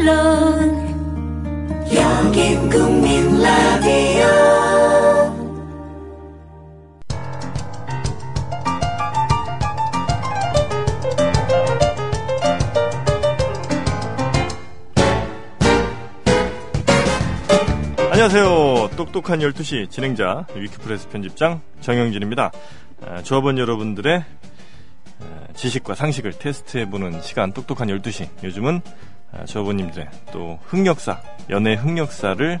물론 여긴 국민 라디오 안녕하세요. 똑똑한 12시 진행자 위키프레스 편집장 정영진입니다. 아, 조합원 여러분들의 아, 지식과 상식을 테스트해보는 시간 똑똑한 12시. 요즘은 아, 조합원님들의 또 흑역사, 연애 흑역사를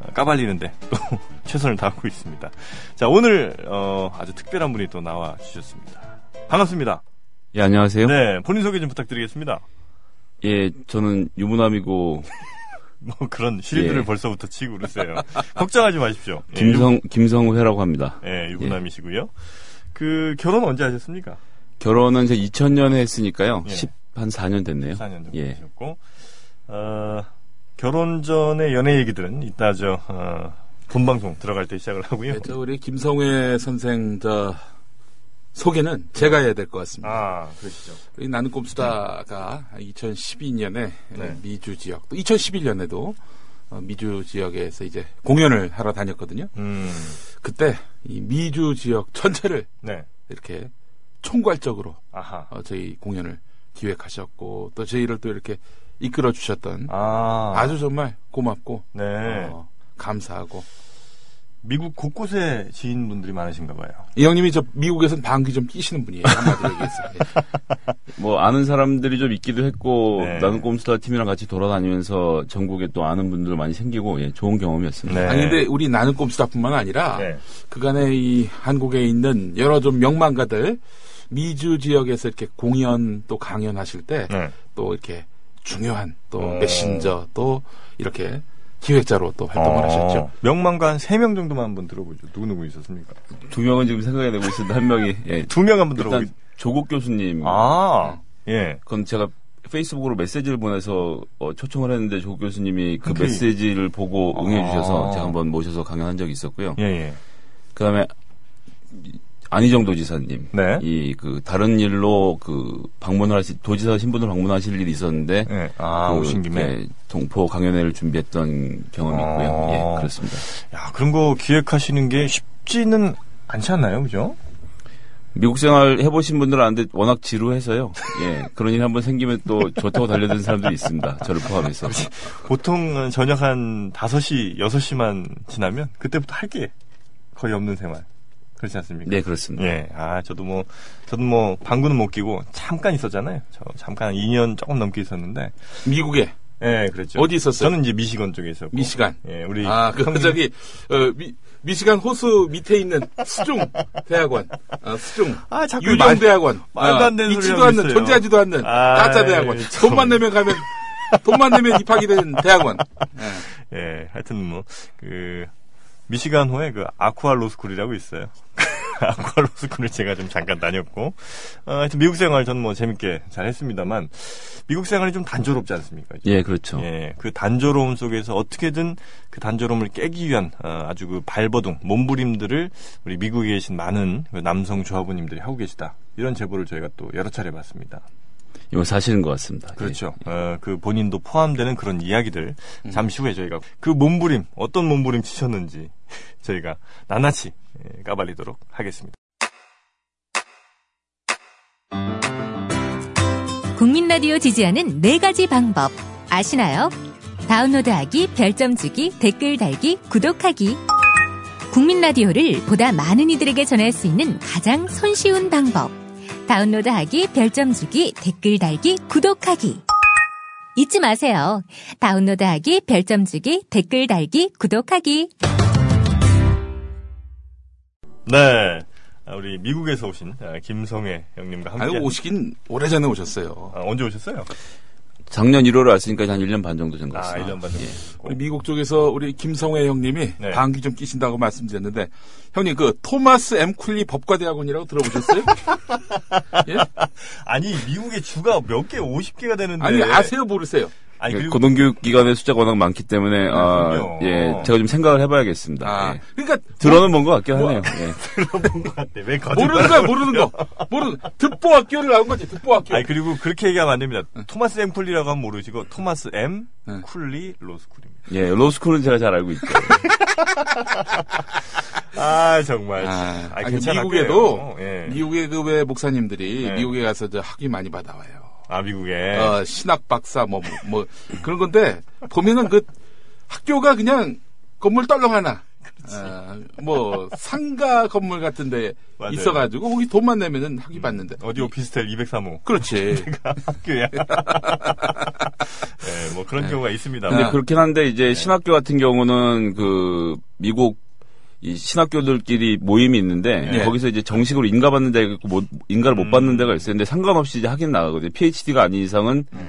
아, 까발리는데 또 최선을 다하고 있습니다. 자, 오늘 어, 아주 특별한 분이 또 나와 주셨습니다. 반갑습니다. 예, 안녕하세요. 네, 본인 소개 좀 부탁드리겠습니다. 예, 저는 유부남이고 뭐 그런 실드를 예. 벌써부터 치고 그러세요. 걱정하지 마십시오. 예, 김성 김성회라고 합니다. 예, 유부남이시고요. 그 결혼 언제 하셨습니까? 결혼은 제 2000년에 했으니까요. 예. 10한 4년 됐네요. 4년 정도 예. 되셨고 어, 결혼 전에 연애 얘기들은 이따 저 어, 본방송 들어갈 때 시작을 하고요. 네, 저 우리 김성회 선생 저 소개는 제가 해야 될 것 같습니다. 아 그러시죠. 우리 나는 꼼수다가 2012년에 네. 미주 지역, 또 2011년에도 어, 미주 지역에서 이제 공연을 하러 다녔거든요. 음, 그때 이 미주 지역 전체를 네. 이렇게 총괄적으로 아하. 어, 저희 공연을 기획하셨고 또 저희를 또 이렇게 이끌어 주셨던 아, 아주 정말 고맙고 네. 어, 감사하고 미국 곳곳에 지인분들이 많으신가 봐요. 이 형님이 저 미국에선 방귀 좀 끼시는 분이에요 한마디로 얘기해서 예. 뭐 아는 사람들이 좀 있기도 했고 네. 나는 꼼스타 팀이랑 같이 돌아다니면서 전국에 또 아는 분들 많이 생기고 예, 좋은 경험이었습니다. 네. 아니 근데 우리 나는 꼼수다뿐만 아니라 네. 그간에 이 한국에 있는 여러 좀 명망가들 미주 지역에서 이렇게 공연 또 강연하실 때 네. 또 이렇게 중요한 또 어. 메신저 또 이렇게 기획자로 또 활동을 어, 하셨죠. 명망가 한 3명 정도만 한번 들어보죠. 누구누구 있었습니까? 두 명은 지금 생각이 되고 있는데 한 명이 예. 두 명 한번 들어보겠 일단 조국 교수님 아, 예. 그건 제가 페이스북으로 메시지를 보내서 어, 초청을 했는데 조국 교수님이 그 흔쾌히. 메시지를 보고 응해 주셔서 아. 제가 한번 모셔서 강연한 적이 있었고요. 예, 예. 그다음에 안희정 도지사님 네. 이 그 다른 일로 그 방문을 하시 도지사 신분을 방문하실 일이 있었는데 예. 아, 그, 오신 김에. 예, 동포 강연회를 준비했던 경험이 있고요. 아. 예, 그렇습니다. 야, 그런 거 기획하시는 게 쉽지는 않지 않나요? 그죠? 미국 생활 해보신 분들은 아는데 워낙 지루해서요. 예, 그런 일 한번 생기면 또 좋다고 달려드는 사람들이 있습니다. 저를 포함해서. 보통 은 저녁 한 5시, 6시만 지나면 그때부터 할 게 거의 없는 생활. 그렇지 않습니까? 네, 그렇습니다. 예. 아, 저도 뭐, 저도 뭐, 방구는 못 끼고 잠깐 있었잖아요. 저 잠깐 2년 조금 넘게 있었는데. 미국에 예, 그랬죠. 어디 있었어요? 저는 이제 미시건 쪽에 있었고. 미시간. 예, 우리. 아, 그 형님. 저기 어, 미, 미시간 호수 밑에 있는 수중 대학원, 어, 수중 아, 자꾸 유령 말- 대학원, 말도 안 되는 어, 소리 있지도 하고 않는 있어요. 존재하지도 않는 아이, 예, 가짜 대학원. 참. 돈만 내면 가면 돈만 내면 입학이 된 대학원. 예. 예, 하여튼 뭐, 그, 미시간호에 그 아쿠아 로스쿨이라고 있어요. 아쿠아 로스쿨을 제가 좀 잠깐 다녔고, 어, 하여튼 미국 생활 전 뭐 재밌게 잘 했습니다만, 미국 생활이 좀 단조롭지 않습니까? 예, 그렇죠. 예, 그 단조로움 속에서 어떻게든 그 단조로움을 깨기 위한 어, 아주 그 발버둥, 몸부림들을 우리 미국에 계신 많은 그 남성 조합원님들이 하고 계시다. 이런 제보를 저희가 또 여러 차례 받습니다. 이건 사실인 것 같습니다. 그렇죠. 어, 그 본인도 포함되는 그런 이야기들 잠시 후에 저희가 그 몸부림 어떤 몸부림 치셨는지 저희가 나나치 예, 까발리도록 하겠습니다. 국민 라디오 지지하는 네 가지 방법 아시나요? 다운로드하기, 별점 주기, 댓글 달기, 구독하기. 국민 라디오를 보다 많은 이들에게 전할 수 있는 가장 손쉬운 방법. 다운로드하기, 별점 주기, 댓글 달기, 구독하기. 잊지 마세요. 다운로드하기, 별점 주기, 댓글 달기, 구독하기. 네, 아, 우리 미국에서 오신 아, 김성애 형님과 함께. 아이고 오시긴 오래전에 오셨어요. 아, 언제 오셨어요? 예. 작년 1월에 왔으니까 한 1년 반 정도 된 것 아, 같습니다. 1년 반 정도. 예. 됐고. 우리 미국 쪽에서 우리 김성회 형님이 네. 방귀 좀 끼신다고 말씀드렸는데 형님 그 토마스 M 쿨리 법과대학원이라고 들어보셨어요? 예? 아니 미국의 주가 몇 개, 50개가 되는데. 네. 아니 아세요 예, 모르세요? 아니, 그리고 네, 고등교육 기관의 숫자가 워낙 많기 때문에 아, 그렇군요. 예, 제가 좀 생각을 해봐야겠습니다. 아, 네. 예. 그러니까 들어는 뭔 것 뭐. 같긴 하네요. 예. 들어본 것 같아. 왜 거짓말? 모르는 거야, 모르는 거. 모르는 듣보 학교를 나온 거지, 듣보 학교. 아니 그리고 그렇게 얘기하면 안 됩니다. 토마스 엠 쿨리라고 하면 모르시고 토마스 엠 네. 쿨리 로스쿨입니다. 예, 로스쿨은 제가 잘 알고 있죠. 아 정말. 아, 아이, 아니, 괜찮아, 미국에도 그래요. 예. 미국의 그 왜 목사님들이 예. 미국에 가서 저 학위 많이 받아와요. 아 미국에 어, 신학 박사 뭐 뭐 그런 건데 보면은 그 학교가 그냥 건물 떨렁 하나. 아, 뭐 상가 건물 같은데 맞아요. 음. 있어가지고 거기 돈만 내면은 학위 받는데. 어디 오피스텔 203호 아. 그렇지. 학교야. 예, 뭐 그런 경우가 있습니다. 네. 근데 아. 그렇긴 한데 이제 신학교 같은 경우는 그 미국 이 신학교들끼리 모임이 있는데 네. 거기서 이제 정식으로 인가 받는 데가 있고 못, 인가를 음. 못 받는 데가 있어요. 근데 상관없이 이제 하긴 나가거든요. PhD가 아닌 이상은 네.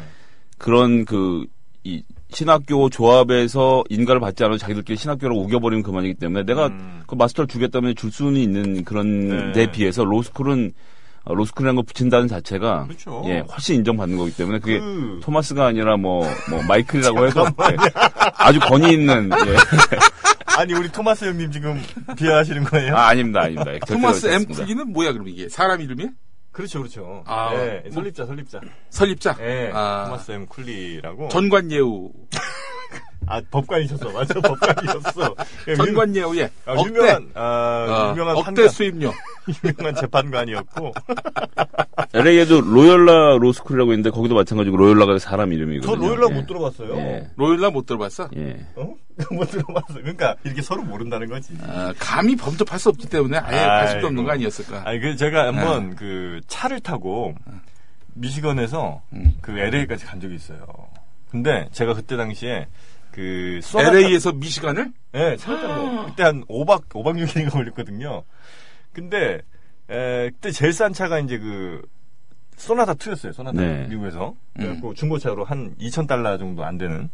그런 그 이 신학교 조합에서 인가를 받지 않아도 자기들끼리 신학교를 우겨버리면 그만이기 때문에 내가 음. 그 마스터를 주겠다면 줄 수는 있는 네. 그런 데 비해서 로스쿨은 어, 로스쿨이라는 걸 붙인다는 자체가 그렇죠. 예 훨씬 인정받는 거기 때문에 그게 그- 토마스가 아니라 뭐 뭐 마이클이라고 해서 예, 아주 권위 있는 예. 아니 우리 토마스 형님 지금 비하하시는 거예요? 아 아닙니다 아닙니다 예, 절대로 토마스 M 그렇습니다. 쿨리는 뭐야 그럼 이게 사람 이름이? 그렇죠 그렇죠. 아, 예, 뭐- 설립자 설립자. 설립자. 예, 아, 토마스 엠 쿨리라고. 전관예우. 아 법관이셨어 맞아 법관이셨어. 예, 유- 전관예우의 아, 억대. 유명한 아, 어, 유명한 억대 판관, 수입료. 유명한 재판관이었고 LA에도 로열라 로스쿨이라고 있는데 거기도 마찬가지고 로열라가 사람 저 이름이거든요. 로열라 예. 못 들어봤어요. 예. 로일라 못 들어봤어? 예. 어? 못 들어봤어. 그러니까 이렇게 서로 모른다는 거지. 아, 감히 범접할 수 없기 때문에 아예 관심도 아이고. 없는 거 아니었을까? 아니 그 제가 한번 네. 그 차를 타고 미시건에서 음. 그 LA까지 간 적이 있어요. 근데 제가 그때 당시에 그 소나타- LA에서 미시간을? 네, 차를 타고 그때 한 5박 5박 6일인가 걸렸거든요. 근데 에, 그때 제일 싼 차가 이제 그 소나타 2였어요. 소나타 네. 미국에서 그래갖고 중고차로 한 2천 달러 정도 안 되는.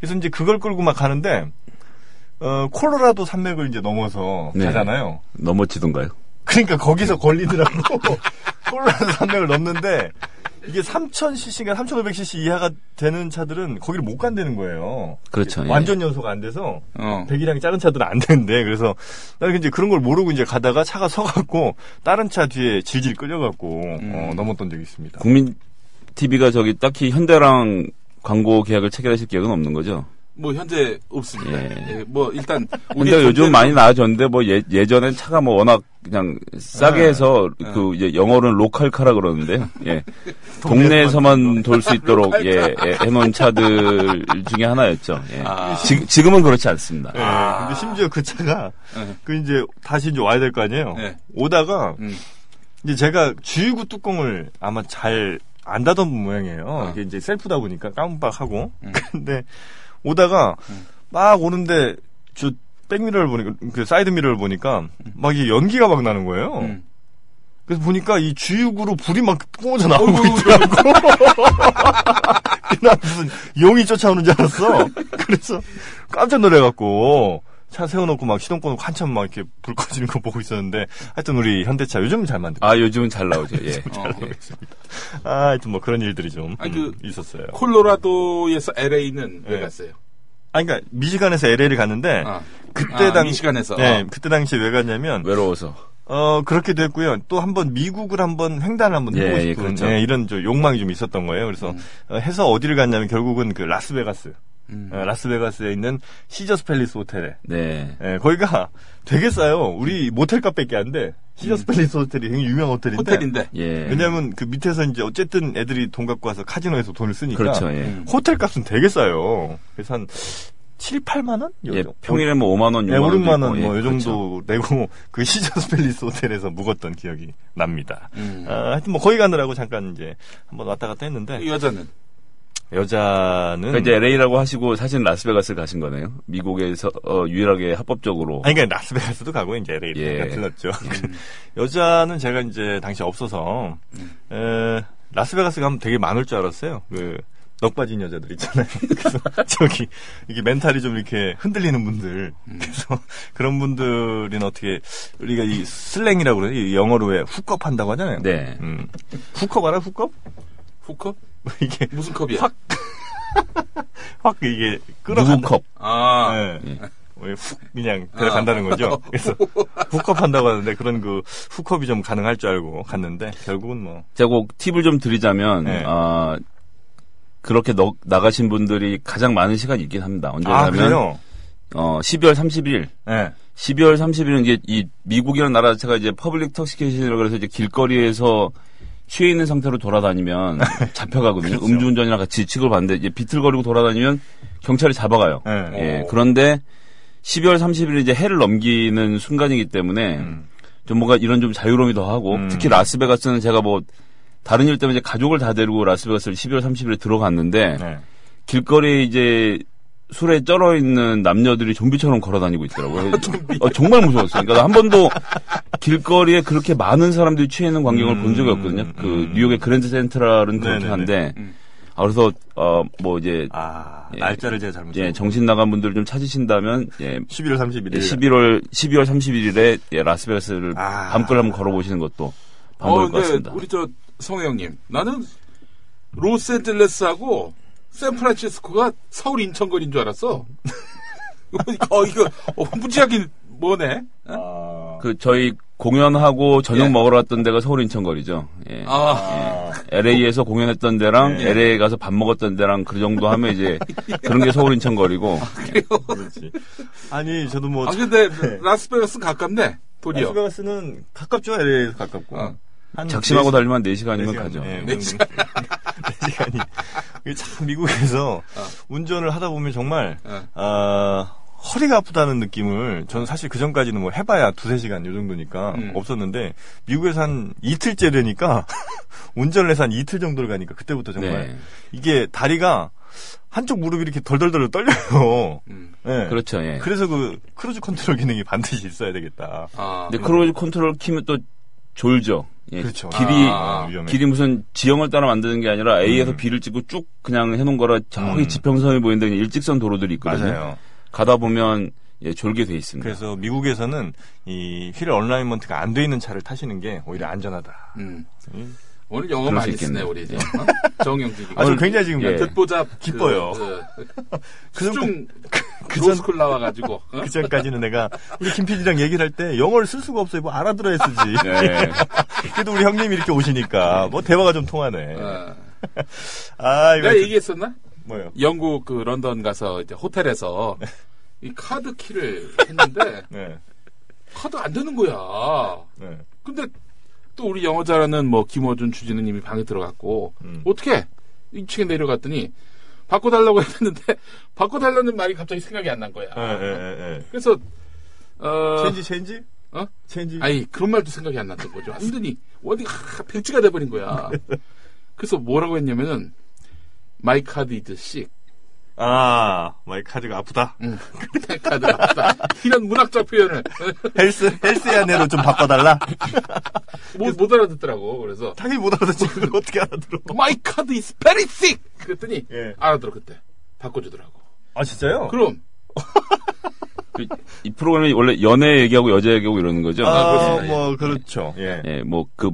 그래서 이제 그걸 끌고 막 가는데 어, 콜로라도 산맥을 이제 넘어서 네. 가잖아요. 넘어지던가요? 그러니까 거기서 걸리더라고. 콜로라도 산맥을 넘는데 이게 3,000cc가 3,500cc 이하가 되는 차들은 거기를 못 간다는 거예요. 그렇죠, 예. 완전 연소가 안 돼서 어. 배기량이 작은 차들은 안 되는데 그래서 나는 이제 그런 걸 모르고 이제 가다가 차가 서갖고 다른 차 뒤에 질질 끌려갖고 어, 넘었던 적이 있습니다. 국민 TV가 저기 딱히 현대랑 광고 계약을 체결하실 계획은 없는 거죠? 뭐 현재 없습니다. 예. 예, 뭐 일단 우리 근데 요즘 많이 나아졌는데 뭐 예, 예전엔 차가 뭐 워낙 그냥 싸게 네. 해서 그 이제 영어로는 로컬카라 그러는데요. 예. 동네에서만 돌 수 있도록 예, 예, 해놓은 차들 중에 하나였죠. 예. 아. 지, 금은 그렇지 않습니다. 예, 근데 심지어 그 차가 아. 예. 그 이제 다시 이제 와야 될 거 아니에요. 예. 오다가 음. 이제 제가 주유구 뚜껑을 아마 잘 안 닫은 모양이에요. 아. 이게 이제 셀프다 보니까 깜빡하고 음. 근데 오다가 막 오는데 저 백미러를 보니까 그 사이드 미러를 보니까 막 이게 연기가 막 나는 거예요. 음. 그래서 보니까 이 주육으로 불이 막 뿜어져 나오고 어이구, 있더라고. 나 무슨 용이 쫓아오는 줄 알았어. 그래서 깜짝 놀래갖고 차 세워놓고 막 시동권 한참 막 이렇게 불 꺼지는 거 보고 있었는데 하여튼 우리 현대차 요즘 은잘 만들고 아 요즘은 잘 나오죠. 예. 어, 예. 아 하여튼 뭐 그런 일들이 좀 아니, 음, 그- 있었어요. 콜로라도에서 LA는 왜 예. 갔어요? 아 그러니까 미시간에서 LA를 갔는데 아. 네. 그때 아, 당 미시간에서. 네, 아. 그때 당시 왜 갔냐면 외로워서. 어, 그렇기도 했고요. 또 한번 미국을 한번 횡단을 한번 예, 해보고 예, 싶은 그렇죠. 예, 이런 저 욕망이 좀 있었던 거예요. 그래서 어, 해서 어디를 갔냐면 결국은 그 라스베가스. 음. 어, 라스베가스에 있는 시저스 팰리스 호텔에. 네. 예, 거기가 되게 싸요. 우리 모텔 값밖에 안 돼. 음. 시저스 팰리스 호텔이 굉장히 유명한 호텔인데. 호텔인데. 예. 왜냐면 그 밑에서 이제 어쨌든 애들이 돈 갖고 와서 카지노에서 돈을 쓰니까. 그렇죠. 예. 호텔 값은 되게 싸요. 그래서 한 7, 8만 원? 요 예, 정도. 평일에 뭐 5만 원, 6만 예, 네, 원. 5, 6만 원, 뭐, 요 그렇죠. 정도 내고, 그 시저스 팰리스 호텔에서 묵었던 기억이 납니다. 음. 음. 아, 하여튼 뭐, 거기 가느라고 잠깐 이제, 한번 왔다 갔다 이 했는데, 여자는 여자는. 그 그러니까 이제 LA라고 하시고 사실 라스베가스를 가신 거네요. 미국에서 어, 유일하게 합법적으로. 아니, 그러니까 라스베가스도 가고, 이제 LA를 예. 예. 들렀죠. 그 여자는 제가 이제, 당시 없어서, 음. 에, 라스베가스 가면 되게 많을 줄 알았어요. 그, 넋 빠진 여자들 있잖아요. 그래서 저기 이게 멘탈이 좀 이렇게 흔들리는 분들. 음. 그래서 그런 분들은 어떻게 우리가 이 슬랭이라고 그래요. 이 영어로 왜 훅업 한다고 하잖아요. 네. 음. 후컵 알아? 후컵? 후컵? 이게 무슨 컵이야? 확 확 이게 누구 끌어간다. 컵? 아, 예. 왜훅 그냥 데려간다는 거죠. 그래서 훅컵 한다고 하는데 그런 그 훅컵이 좀 가능할 줄 알고 갔는데 결국은 뭐 제가 꼭 팁을 좀 드리자면 네. 아, 그렇게 너- 나가신 분들이 가장 많은 시간이 있긴 합니다. 아, 언제냐면 그래요? 어, 12월 30일. 예. 12월 30일은 이제 이 미국이라는 나라 자체가 이제 퍼블릭 턱시케이션이라고 해서 이제 길거리에서 취해 있는 상태로 돌아다니면 잡혀가거든요. 그렇죠. 음주운전이랑 같이 취급받는데 이제 비틀거리고 돌아다니면 경찰이 잡아가요. 예. 예, 오. 그런데 12월 30일 이제 해를 넘기는 순간이기 때문에 음. 좀 뭔가 이런 좀 자유로움이 더 하고 음. 특히 라스베가스는 제가 뭐 다른 일 때문에 이제 가족을 다 데리고 라스베가스를 12월 30일에 들어갔는데 예. 길거리에 이제 술에 쩔어 있는 남녀들이 좀비처럼 걸어 다니고 있더라고요. 어, 정말 무서웠어요. 그러니까 나한 번도 길거리에 그렇게 많은 사람들이 취해 있는 광경을 음, 본 적이 없거든요. 그 음. 뉴욕의 그랜드 센트럴은 그렇긴 네네네. 한데 음. 아, 그래서 어 뭐 이제 아, 예. 날짜를 제가 잘못. 예, 정신 나간 분들을 좀 찾으신다면 예, 11월 31일. 예, 11월 12월 31일에 예, 라스베가스를 아. 밤길 한번 걸어보시는 것도 어, 방법일 것 근데 같습니다. 우리 저 성우 형님, 나는 로스앤젤레스하고 샌프란시스코가 서울 인천거리인 줄 알았어. 어, 이거 어, 무지하게 뭐네? 어? 아, 그 저희 공연하고 저녁 예. 먹으러 왔던 데가 서울 인천 거리죠. 예. 아, LA에서 공연했던 데랑 예. LA 가서 밥 먹었던 데랑 그 정도 하면 이제 그런 게 서울 인천 거리고 아, 그렇죠. 그렇지. 아니, 저도 뭐 아 근데 라스베가스 가깝네. 도리어. 라스베가스는 가깝죠. LA에서 가깝고. 어. 한 작심하고 네 시- 달리면 4시간이면 네 시간, 가죠. 예, 예. 네 시간. 네 시간이. 이게 참 미국에서 아. 운전을 하다 보면 정말 어. 아, 허리가 아프다는 느낌을 저는 사실 그 전까지는 뭐 해봐야 두세 시간 요 정도니까 음. 없었는데 미국에서 한 이틀째 되니까 운전을 해서 한 이틀 정도를 가니까 그때부터 정말 네. 이게 다리가 한쪽 무릎이 이렇게 덜덜덜 떨려요. 음. 예. 그렇죠. 예. 그래서 그 크루즈 컨트롤 기능이 반드시 있어야 되겠다. 아, 근데 크루즈 컨트롤 키면 또 졸죠. 예. 그렇죠. 길이 아, 위험해. 길이 무슨 지형을 따라 만드는 게 아니라 A에서 음. B를 찍고 쭉 그냥 해놓은 거라 저기 음. 지평선이 보이는데 그냥 일직선 도로들이 있거든요. 맞아요. 가다 보면 예, 졸게 돼 있습니다. 네. 그래서 미국에서는 이 휠 얼라인먼트가 안 돼 있는 차를 타시는 게 오히려 안전하다. 음. 음. 오늘 영어 그럴 수 많이 쓰네 있겠네. 우리 저, 어? 정영진 아, 이 저 오늘- 굉장히 지금 예. 듣보자 기뻐요. 그, 그, 그 전- 수중 그 전- 로스쿨 나와가지고 어? 그 전까지는 내가 우리 김 PD랑 얘기를 할 때 영어를 쓸 수가 없어요. 뭐 알아들어야 쓰지. 네. 예. 그래도 우리 형님이 이렇게 오시니까 뭐 대화가 좀 통하네. 어. 아, 이거 내가 얘기했었나? 뭐요? 네. 영국 그 런던 가서 이제 호텔에서 이 카드 키를 했는데 네. 카드 안 되는 거야. 네. 근데 또 우리 영어 잘하는 뭐 김어준 주진우님이 방에 들어갔고 음. 어떻게 2층에 내려갔더니 바꿔달라고 했는데 바꿔달라는 말이 갑자기 생각이 안 난 거야. 예, 예, 예, 예. 그래서 아. 어 체인지, 체인지? 어? 체인지? 아니 그런 말도 생각이 안 났던 거죠. 완전히 어디가 백지가 돼버린 거야. 그래서 뭐라고 했냐면은 마이 카드 이즈 씩 아, 마이 카드가 아프다. 응. 내 카드 맞다. 이런 문학적 표현을 헬스, 헬스의 아내로 좀 바꿔달라? 못, 못 알아듣더라고. 그래서 당연히 못 알아듣지. 그걸 어떻게 알아들어? 마이 카드 is very sick. 그랬더니 예. 알아들어 그때 바꿔주더라고. 아, 진짜요? 그럼 그, 이 프로그램이 원래 연애 얘기하고 여자 얘기하고 이러는 거죠. 아, 예. 뭐, 그렇죠. 예. 예, 뭐, 그,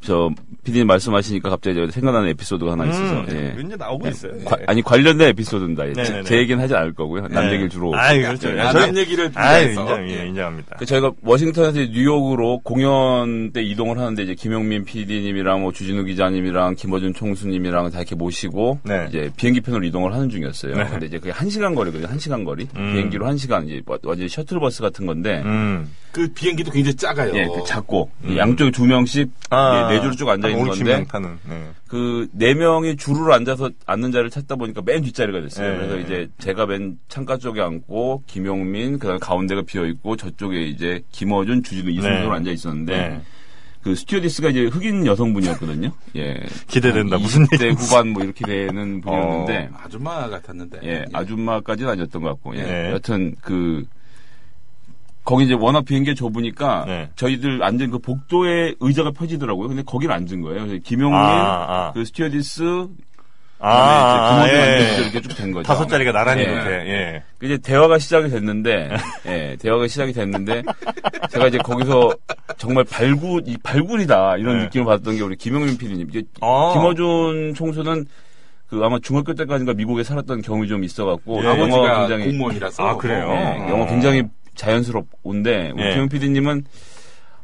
저, 피디님 말씀하시니까 갑자기 저 생각나는 에피소드가 하나 있어서. 음, 예. 왠지 나오고 있어요. 과- 아니, 관련된 에피소드입니다. 예. 네네네. 제, 제 얘기는 하지 않을 거고요. 남 얘기를 주로. 예. 예. 아이, 그렇죠. 아, 남 얘기를 아 해서. 인정, 예, 예. 인정합니다. 그 저희가 워싱턴에서 이제 뉴욕으로 공연 때 이동을 하는데 이제 김용민 PD님이랑 뭐 주진우 기자님이랑 김어준 총수님이랑 다 이렇게 모시고 네. 이제 비행기 편으로 이동을 하는 중이었어요. 네. 근데 이제 그게 한 시간 거리거든요. 한 시간 거리 음. 비행기로 한 시간 이제 뭐- 완전 셔틀버스 같은 건데 음. 그 비행기도 굉장히 작아요. 예, 그 작고 음. 양쪽에 두 명씩 아, 예, 네 줄로 쭉 앉아 있는 건데 타는, 네. 그 네 명이 줄을 앉아서 앉는 자를 찾다 보니까 맨 뒷자리가 됐어요. 예. 그래서 이제 제가 맨 창가 쪽에 앉고 김용민 그다음 가운데가 비어 있고 저쪽에 이제 김어준, 주진우 이 순서로 네. 앉아 있었는데 네. 그 스튜어디스가 이제 흑인 여성분이었거든요. 예. 기대된다. 한 무슨 어. 20대 일이 후반 뭐 이렇게 되는 분이었는데 아줌마 같았는데. 예, 아줌마까지는 아니었던 것 같고, 예. 네. 여튼 그 거기 이제 워낙 비행기가 좁으니까 네. 저희들 앉은 그 복도에 의자가 펴지더라고요. 근데 거기를 앉은 거예요. 그래서 김용민, 아, 아. 그 스튜어디스, 아, 그다음에 이제 예. 금호준 앉은 이렇게 쭉 된 거죠. 다섯 자리가 나란히 예. 이렇게, 예. 그 이제 대화가 시작이 됐는데, 예, 대화가 시작이 됐는데, 제가 이제 거기서 정말 발굴, 이 발굴이다, 이런 네. 느낌을 받았던 게 우리 김용민 PD님. 이제 아. 김어준 총수는 그 그 아마 중학교 때까지가 미국에 살았던 경험이 좀 있어갖고 예. 영어가 아버지가 굉장히 공무원이라서. 아, 그래요? 예, 어. 영어 굉장히 자연스럽운데 예. 우리 김용 PD님은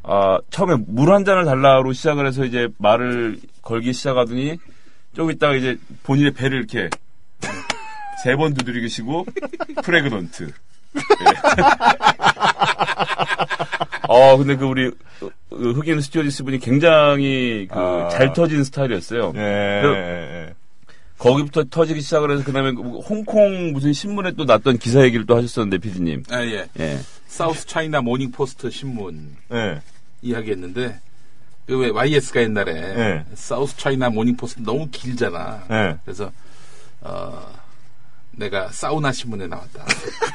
아 처음에 물 한 잔을 달라로 시작을 해서 이제 말을 걸기 시작하더니 조금 있다가 이제 본인의 배를 이렇게 세 번 두드리시고 프레그넌트. 예. 어 근데 그 우리 으- 으- 흑인 스튜어디스 분이 굉장히 그 아. 잘 터진 스타일이었어요. 예, 예. 거기부터 터지기 시작을 해서 그다음에 그 홍콩 무슨 신문에 또 났던 기사 얘기를 또 하셨었는데 피디님. 아, 예. 예. 사우스 차이나 모닝 포스트 신문 예. 예. 이야기했는데 그 왜 YS가 옛날에 예. 사우스 차이나 모닝 포스트 너무 길잖아. 예. 그래서 어 내가 사우나 신문에 나왔다.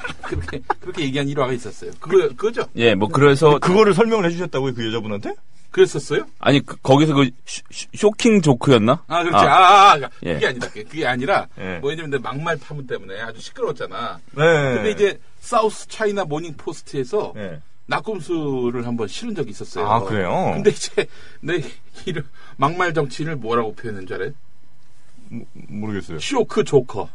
그렇게 그렇게 얘기한 일화가 있었어요. 그거 그거죠? 예, 뭐 그래서 그거를 설명을 해주셨다고요, 그 여자분한테? 그랬었어요? 아니 그- 거기서 그 쇼- 쇼- 쇼킹 조크였나? 아 그렇지. 아, 아, 아, 예. 그게 아니다. 그게- 그게 아니라 예. 뭐 왜냐면 내 막말 파문 때문에 아주 시끄러웠잖아. 네. 근데 이제 사우스 차이나 모닝 포스트에서 예. 낙곰수를 한번 실은 적이 있었어요. 아, 그래요? 근데 이제 내 이름 막말 정치인을 뭐라고 표현한 줄 알아요? 모르겠어요. 쇼크 조커.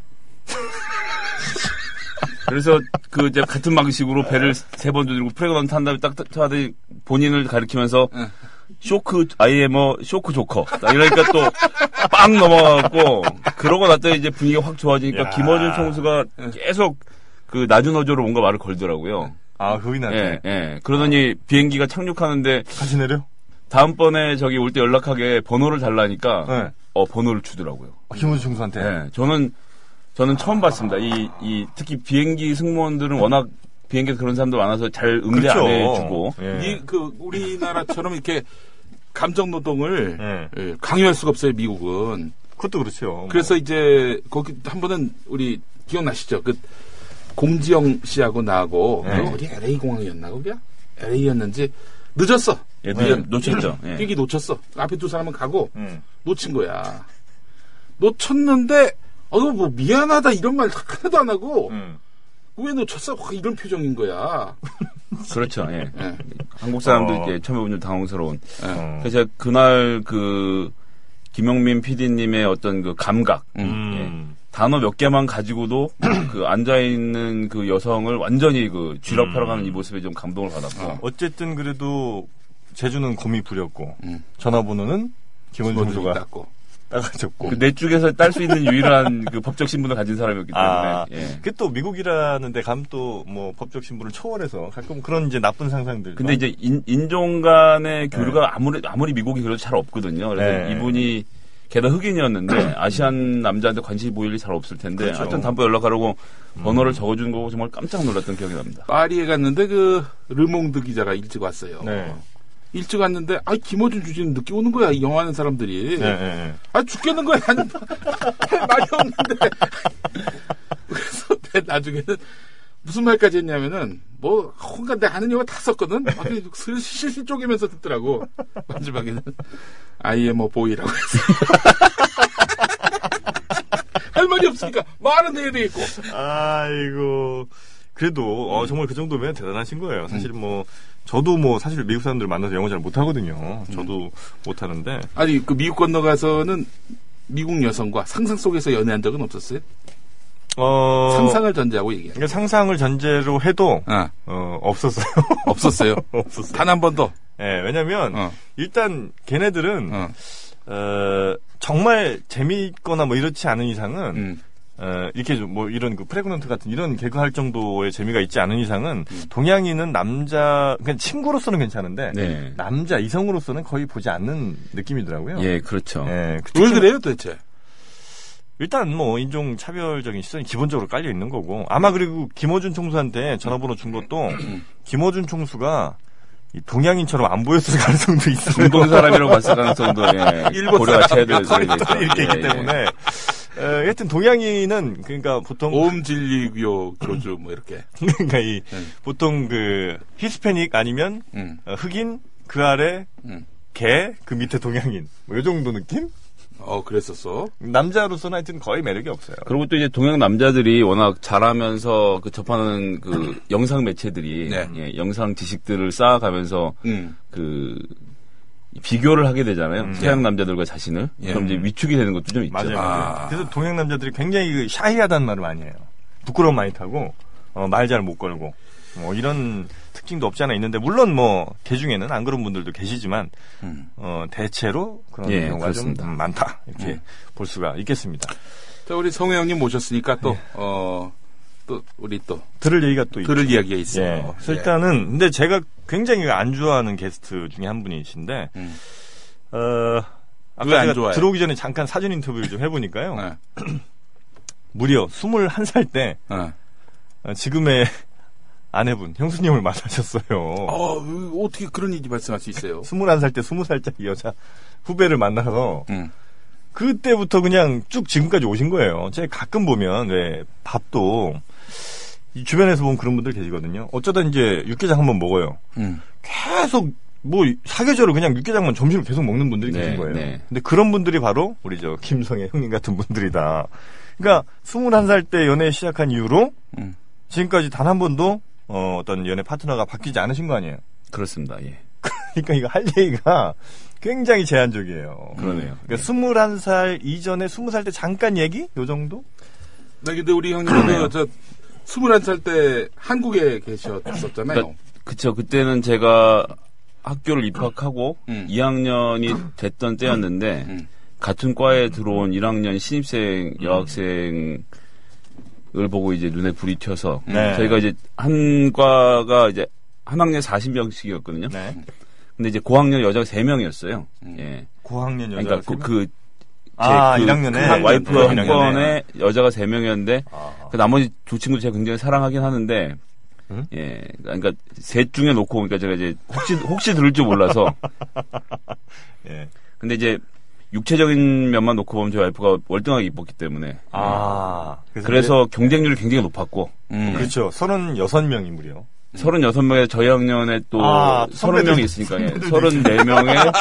그래서 그 이제 같은 방식으로 배를 세 번 두드리고 프레그넌트 한 다음에 딱 타- 타더니 본인을 가리키면서 응. 쇼크 아이에머 쇼크 조커 딱 이러니까 또 빵 넘어가고 그러고 났더니 이제 분위기가 확 좋아지니까 야. 김어준 총수가 계속 그 낮은 어조로 뭔가 말을 걸더라고요. 아, 흑인한테. 예, 예. 그러더니 비행기가 착륙하는데 같이 내려? 다음번에 저기 올 때 연락하게 번호를 달라니까 네. 어 번호를 주더라고요. 아, 김원수 총수한테. 예, 저는 저는 처음 봤습니다. 이, 이 특히 비행기 승무원들은 워낙 비행기에서 그런 사람들 많아서 잘 응대 그렇죠. 안 해주고 예. 이 그 우리나라처럼 이렇게 감정 노동을 예. 예, 강요할 수가 없어요 미국은. 그것도 그렇죠. 그래서 이제 거기 한 번은 우리 기억나시죠? 그 공지영 씨하고 나하고 예. 어디 LA 공항이었나 거기야? LA였는지 늦었어. 예, 놓- 놓쳤죠. 예. 네. 비행기 놓쳤어. 앞에 두 사람은 가고 음. 놓친 거야. 놓쳤는데, 어우, 뭐, 미안하다, 이런 말 하나도 안 하고, 음. 왜 놓쳤어? 확 이런 표정인 거야. 그렇죠. 예. 예. 한국 사람들 어. 이렇게 처음에 보면 좀 당황스러운. 어. 예. 그래서 제가 그날 그 김용민 PD님의 어떤 그 감각 예. 음. 단어 몇 개만 가지고도 그 앉아 있는 그 여성을 완전히 그 쥐락펴락하는 이 모습에 좀 감동을 받았고. 어쨌든 그래도 제주는 곰이 부렸고 음. 전화번호는 김원수 손을 총수가 닦고. 따가졌고 그 내 쪽에서 딸 수 있는 유일한 그 법적 신분을 가진 사람이었기 때문에 아, 예. 그게 또 미국이라는 데 가면 또 뭐 법적 신분을 초월해서 가끔 그런 이제 나쁜 상상들. 근데 이제 인, 종 간의 교류가 아무리 아무리 미국이 그래도 잘 없거든요. 그래서 네. 이분이 게다가 흑인이었는데 아시안 남자한테 관심이 보일 일이 잘 없을 텐데 그렇죠. 음. 하여튼 담보 연락하라고 번호를 적어준 거 정말 깜짝 놀랐던 기억이 납니다. 아, 파리에 갔는데, 그, 르몽드 기자가 일찍 왔어요. 네. 일찍 왔는데, 아, 김어준 주지는 늦게 오는 거야, 이 영화하는 사람들이. 예, 예, 아, 죽겠는 거야. 아니, 할 말이 없는데. 그래서 내 나중에는 무슨 말까지 했냐면은, 뭐, 혼가 내 아는 영화 다 썼거든? 아, 근데 슬슬 쪼개면서 듣더라고. 마지막에는. 뭐 I am a boy라고 했어. 할 말이 없으니까 말은 해야 되겠고. 예. 아이고. 그래도 어, 정말 그 정도면 대단하신 거예요. 사실 뭐 저도 뭐 사실 미국 사람들 만나서 영어 잘 못하거든요. 저도 못하는데 아니, 그 미국 건너가서는 미국 여성과 상상 속에서 연애한 적은 없었어요? 어 상상을 전제하고 얘기해. 그러니까 상상을 전제로 해도 아, 어, 없었어요. 없었어요. 없었어요. 단 한 번도. 예, 왜냐면 어, 일단 걔네들은 어, 어, 정말 재미있거나 뭐 이렇지 않은 이상은 음. 어, 이렇게 좀뭐 이런 그 프레그넌트 같은 이런 개그 할 정도의 재미가 있지 않은 이상은 동양인은 남자 그냥 친구로서는 괜찮은데 네. 남자 이성으로서는 거의 보지 않는 느낌이더라고요. 예, 그렇죠. 예, 그 왜 특히 그래요, 도대체? 일단 뭐 인종 차별적인 시선이 기본적으로 깔려 있는 거고 아마 그리고 김어준 총수한테 전화번호 준 것도 김어준 총수가 이 동양인처럼 안 보였을 가능성도 있어요. 중동 사람이라고 봤을 가능성도 예, 일본 고려가 쳐야 될 거의 소리가 아, 있죠. 다 이렇게 예, 있기 예. 때문에 어, 하여튼 동양인은 그러니까 보통 오음 진리교 교주 뭐 이렇게. 그러니까 이 음. 보통 그 히스패닉 아니면 음. 어, 흑인 그 아래 음. 개 그 밑에 동양인 뭐요 정도 느낌 어 그랬었어. 남자로서는 하여튼 거의 매력이 없어요. 그리고 또 이제 동양 남자들이 워낙 잘하면서 그 접하는 그 영상 매체들이 네. 네. 예, 영상 지식들을 쌓아가면서 음. 그 비교를 하게 되잖아요. 서양 남자들과 자신을. 예. 그럼 이제 위축이 되는 것도 좀 있죠. 음, 맞아요. 아. 그래서 동양 남자들이 굉장히 그 샤이하다는 말을 많이 해요. 부끄러움 많이 타고 어, 말 잘 못 걸고 뭐 이런 특징도 없지 않아 있는데 물론 뭐개 중에는 안 그런 분들도 계시지만 음. 어, 대체로 그런 예, 경우가 그렇습니다. 좀 많다 이렇게 볼 수가 있겠습니다. 자, 우리 성우 형님 모셨으니까 또, 어, 또, 우리 또, 들을 얘기가 또 있죠. 들을 이야기가 있어요. 예. 그래서 일단은 근데 제가 굉장히 안 좋아하는 게스트 중에 한 분이신데 음. 어, 아까 왜안 제가 좋아해요? 들어오기 전에 잠깐 사진 인터뷰를 좀 해보니까요. 예. 무려 21살 때 예. 어, 지금의 아내분 형수님을 만나셨어요. 어, 으, 어떻게 그런 일이 발생할 수 있어요? 스물 21살 때 20살짜리 여자 후배를 만나서 음. 그때부터 그냥 쭉 지금까지 오신 거예요. 제가 가끔 보면 왜 밥도 이 주변에서 보면 그런 분들 계시거든요. 어쩌다 이제 육개장 한번 먹어요. 음. 계속 뭐 사계절을 그냥 육개장만 점심을 계속 먹는 분들이 네, 계신 거예요. 네. 근데 그런 분들이 바로 우리 저 김성애 형님 같은 분들이다. 그러니까 21살 때 연애 시작한 이후로 음. 지금까지 단 한 번도 어, 어떤 연애 파트너가 바뀌지 않으신 거 아니에요. 그렇습니다. 예. 그러니까 이거 할 얘기가 굉장히 제한적이에요. 그러네요. 그러니까 21살 이전에 20살 때 잠깐 얘기? 요 정도? 나 근데 우리 형님, 그, 저, 21살 때 한국에 계셨었잖아요. 그러니까 그쵸. 그때는 제가 학교를 입학하고 음. 2학년이 됐던 때였는데 음. 같은 과에 들어온 1학년 신입생 여학생을 보고 이제 눈에 불이 튀어서 네. 저희가 이제 한 과가 이제 한 학년 40명씩이었거든요. 네. 근데 이제 고학년 여자가 3명이었어요. 음. 예. 고학년 여자. 그러니까 그, 그, 제 아, 그, 1학년에. 그 와이프 네, 한 1학년에. 번에 여자가 3명이었는데 아, 그 나머지 두 친구 제가 굉장히 사랑하긴 하는데, 응? 예, 그러니까 셋 중에 놓고 보니까 제가 이제 혹시 혹시 들을 줄 몰라서, 예. 근데 이제 육체적인 면만 놓고 보면 저희 와이프가 월등하게 이뻤기 때문에, 아. 그래서 경쟁률이 굉장히 높았고, 음. 이제- 그렇죠. 36명이 무려. 36명에 저희 학년에 또 아, 선배들- 30명이 있으니까, 예, 34명에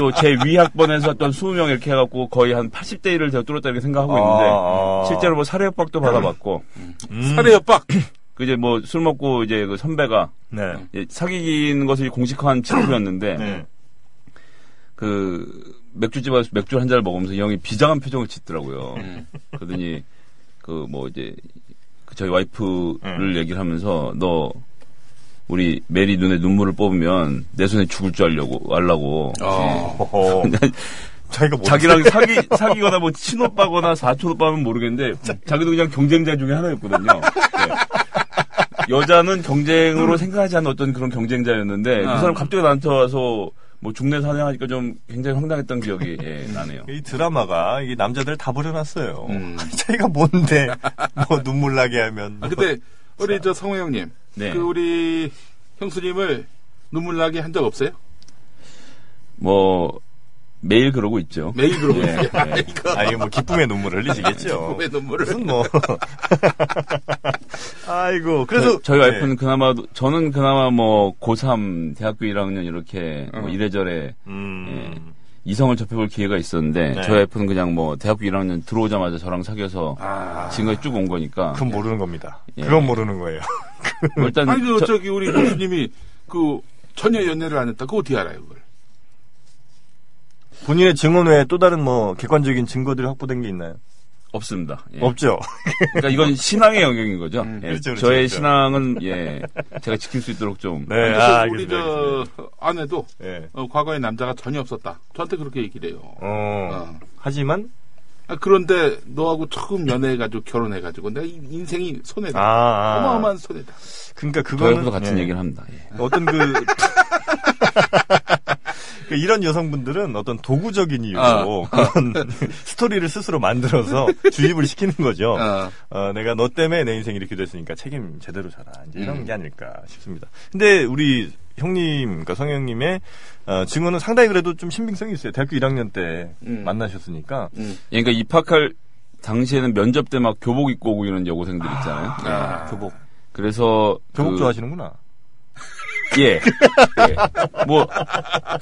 또 제 위학번에서 또 20명 이렇게 해갖고 거의 한 80대 1을 제가 뚫었다 이렇게 생각하고 아, 아. 있는데, 실제로 뭐 살해협박도 받아봤고, 음. 사례 협박! 그 이제 뭐 술 먹고 이제 그 선배가 네. 예, 사귀는 것을 공식화한 친구였는데 네. 그 맥주집에서 맥주 한 잔을 먹으면서 이 형이 비장한 표정을 짓더라고요. 그러더니 그 뭐 이제 그 저희 와이프를 얘기를 하면서 너 우리 메리 눈에 눈물을 뽑으면 내 손에 죽을 줄 알려고 알라고 어. 어허. 자기가 뭐. 자기랑 사귀 사귀거나 뭐 친오빠거나 사촌 오빠면 모르겠는데 자기도 그냥 경쟁자 중에 하나였거든요. 네. 여자는 경쟁으로 생각하지 않는 어떤 그런 경쟁자였는데 아. 그 사람 갑자기 나한테 와서 뭐 중내 사냥하니까 좀 굉장히 황당했던 기억이 예, 나네요. 이 드라마가 이게 남자들 다 버려놨어요. 음. 자기가 뭔데 뭐 눈물 나게 하면. 뭐. 아, 근데, 우리 저 성우 형님. 네. 그, 우리 형수님을 눈물 나게 한 적 없어요? 뭐 매일 그러고 있죠. 매일 그러고 있어요. 예. 아, 이거 뭐 기쁨의 눈물 흘리시겠죠. 기쁨의 눈물을. 무슨 뭐. 네, 아이고. 그래서. 저- 저희 네. 와이프는 그나마 저는 그나마 뭐 고3 대학교 1학년 이렇게 뭐 어. 이래저래 음. 이성을 접해볼 기회가 있었는데 네. 저희 와이프는 그냥 뭐 대학교 1학년 들어오자마자 저랑 사귀어서 아. 지금까지 쭉 온 거니까 그건 모르는 겁니다. 예. 그건 모르는 거예요. 뭐 일단 아니, 그, 저- 저기, 우리 형수님이 그, 전혀 연애를 안 했다. 그거 어떻게 알아요, 그걸? 본인의 증언 외에 또 다른 뭐 객관적인 증거들이 확보된 게 있나요? 없습니다. 예. 없죠. 그러니까 이건 신앙의 영역인 거죠. 예. 그렇죠, 그렇죠, 저의 그렇죠. 신앙은 예 제가 지킬 수 있도록 좀 네, 그래서 아, 우리 알겠습니다. 저 아내도 알겠습니다. 예. 어, 과거에 남자가 전혀 없었다. 저한테 그렇게 얘기를 해요. 어. 어. 하지만 아, 그런데 너하고 처음 연애해가지고 결혼해가지고 내 인- 인생이 아, 손해다. 아. 어마어마한 손해다. 그러니까 저희 그거는 와이프도 같은 예. 얘기를 합니다. 예. 어떤 그 그 이런 여성분들은 어떤 도구적인 이유로 아. 그런 스토리를 스스로 만들어서 주입을 시키는 거죠. 아. 어. 어, 내가 너 때문에 내 인생이 이렇게 됐으니까 책임 제대로 져라. 이제 이런 음. 게 아닐까 싶습니다. 근데 우리 형님, 그러니까 성형님의 어, 증언은 상당히 그래도 좀 신빙성이 있어요. 대학교 1학년 때 음. 만나셨으니까. 예, 그러니까 입학할 당시에는 면접 때 막 교복 입고 오고 이런 여고생들 있잖아요. 예. 교복. 그래서 교복 그- 좋아하시는구나. 예. 예. 뭐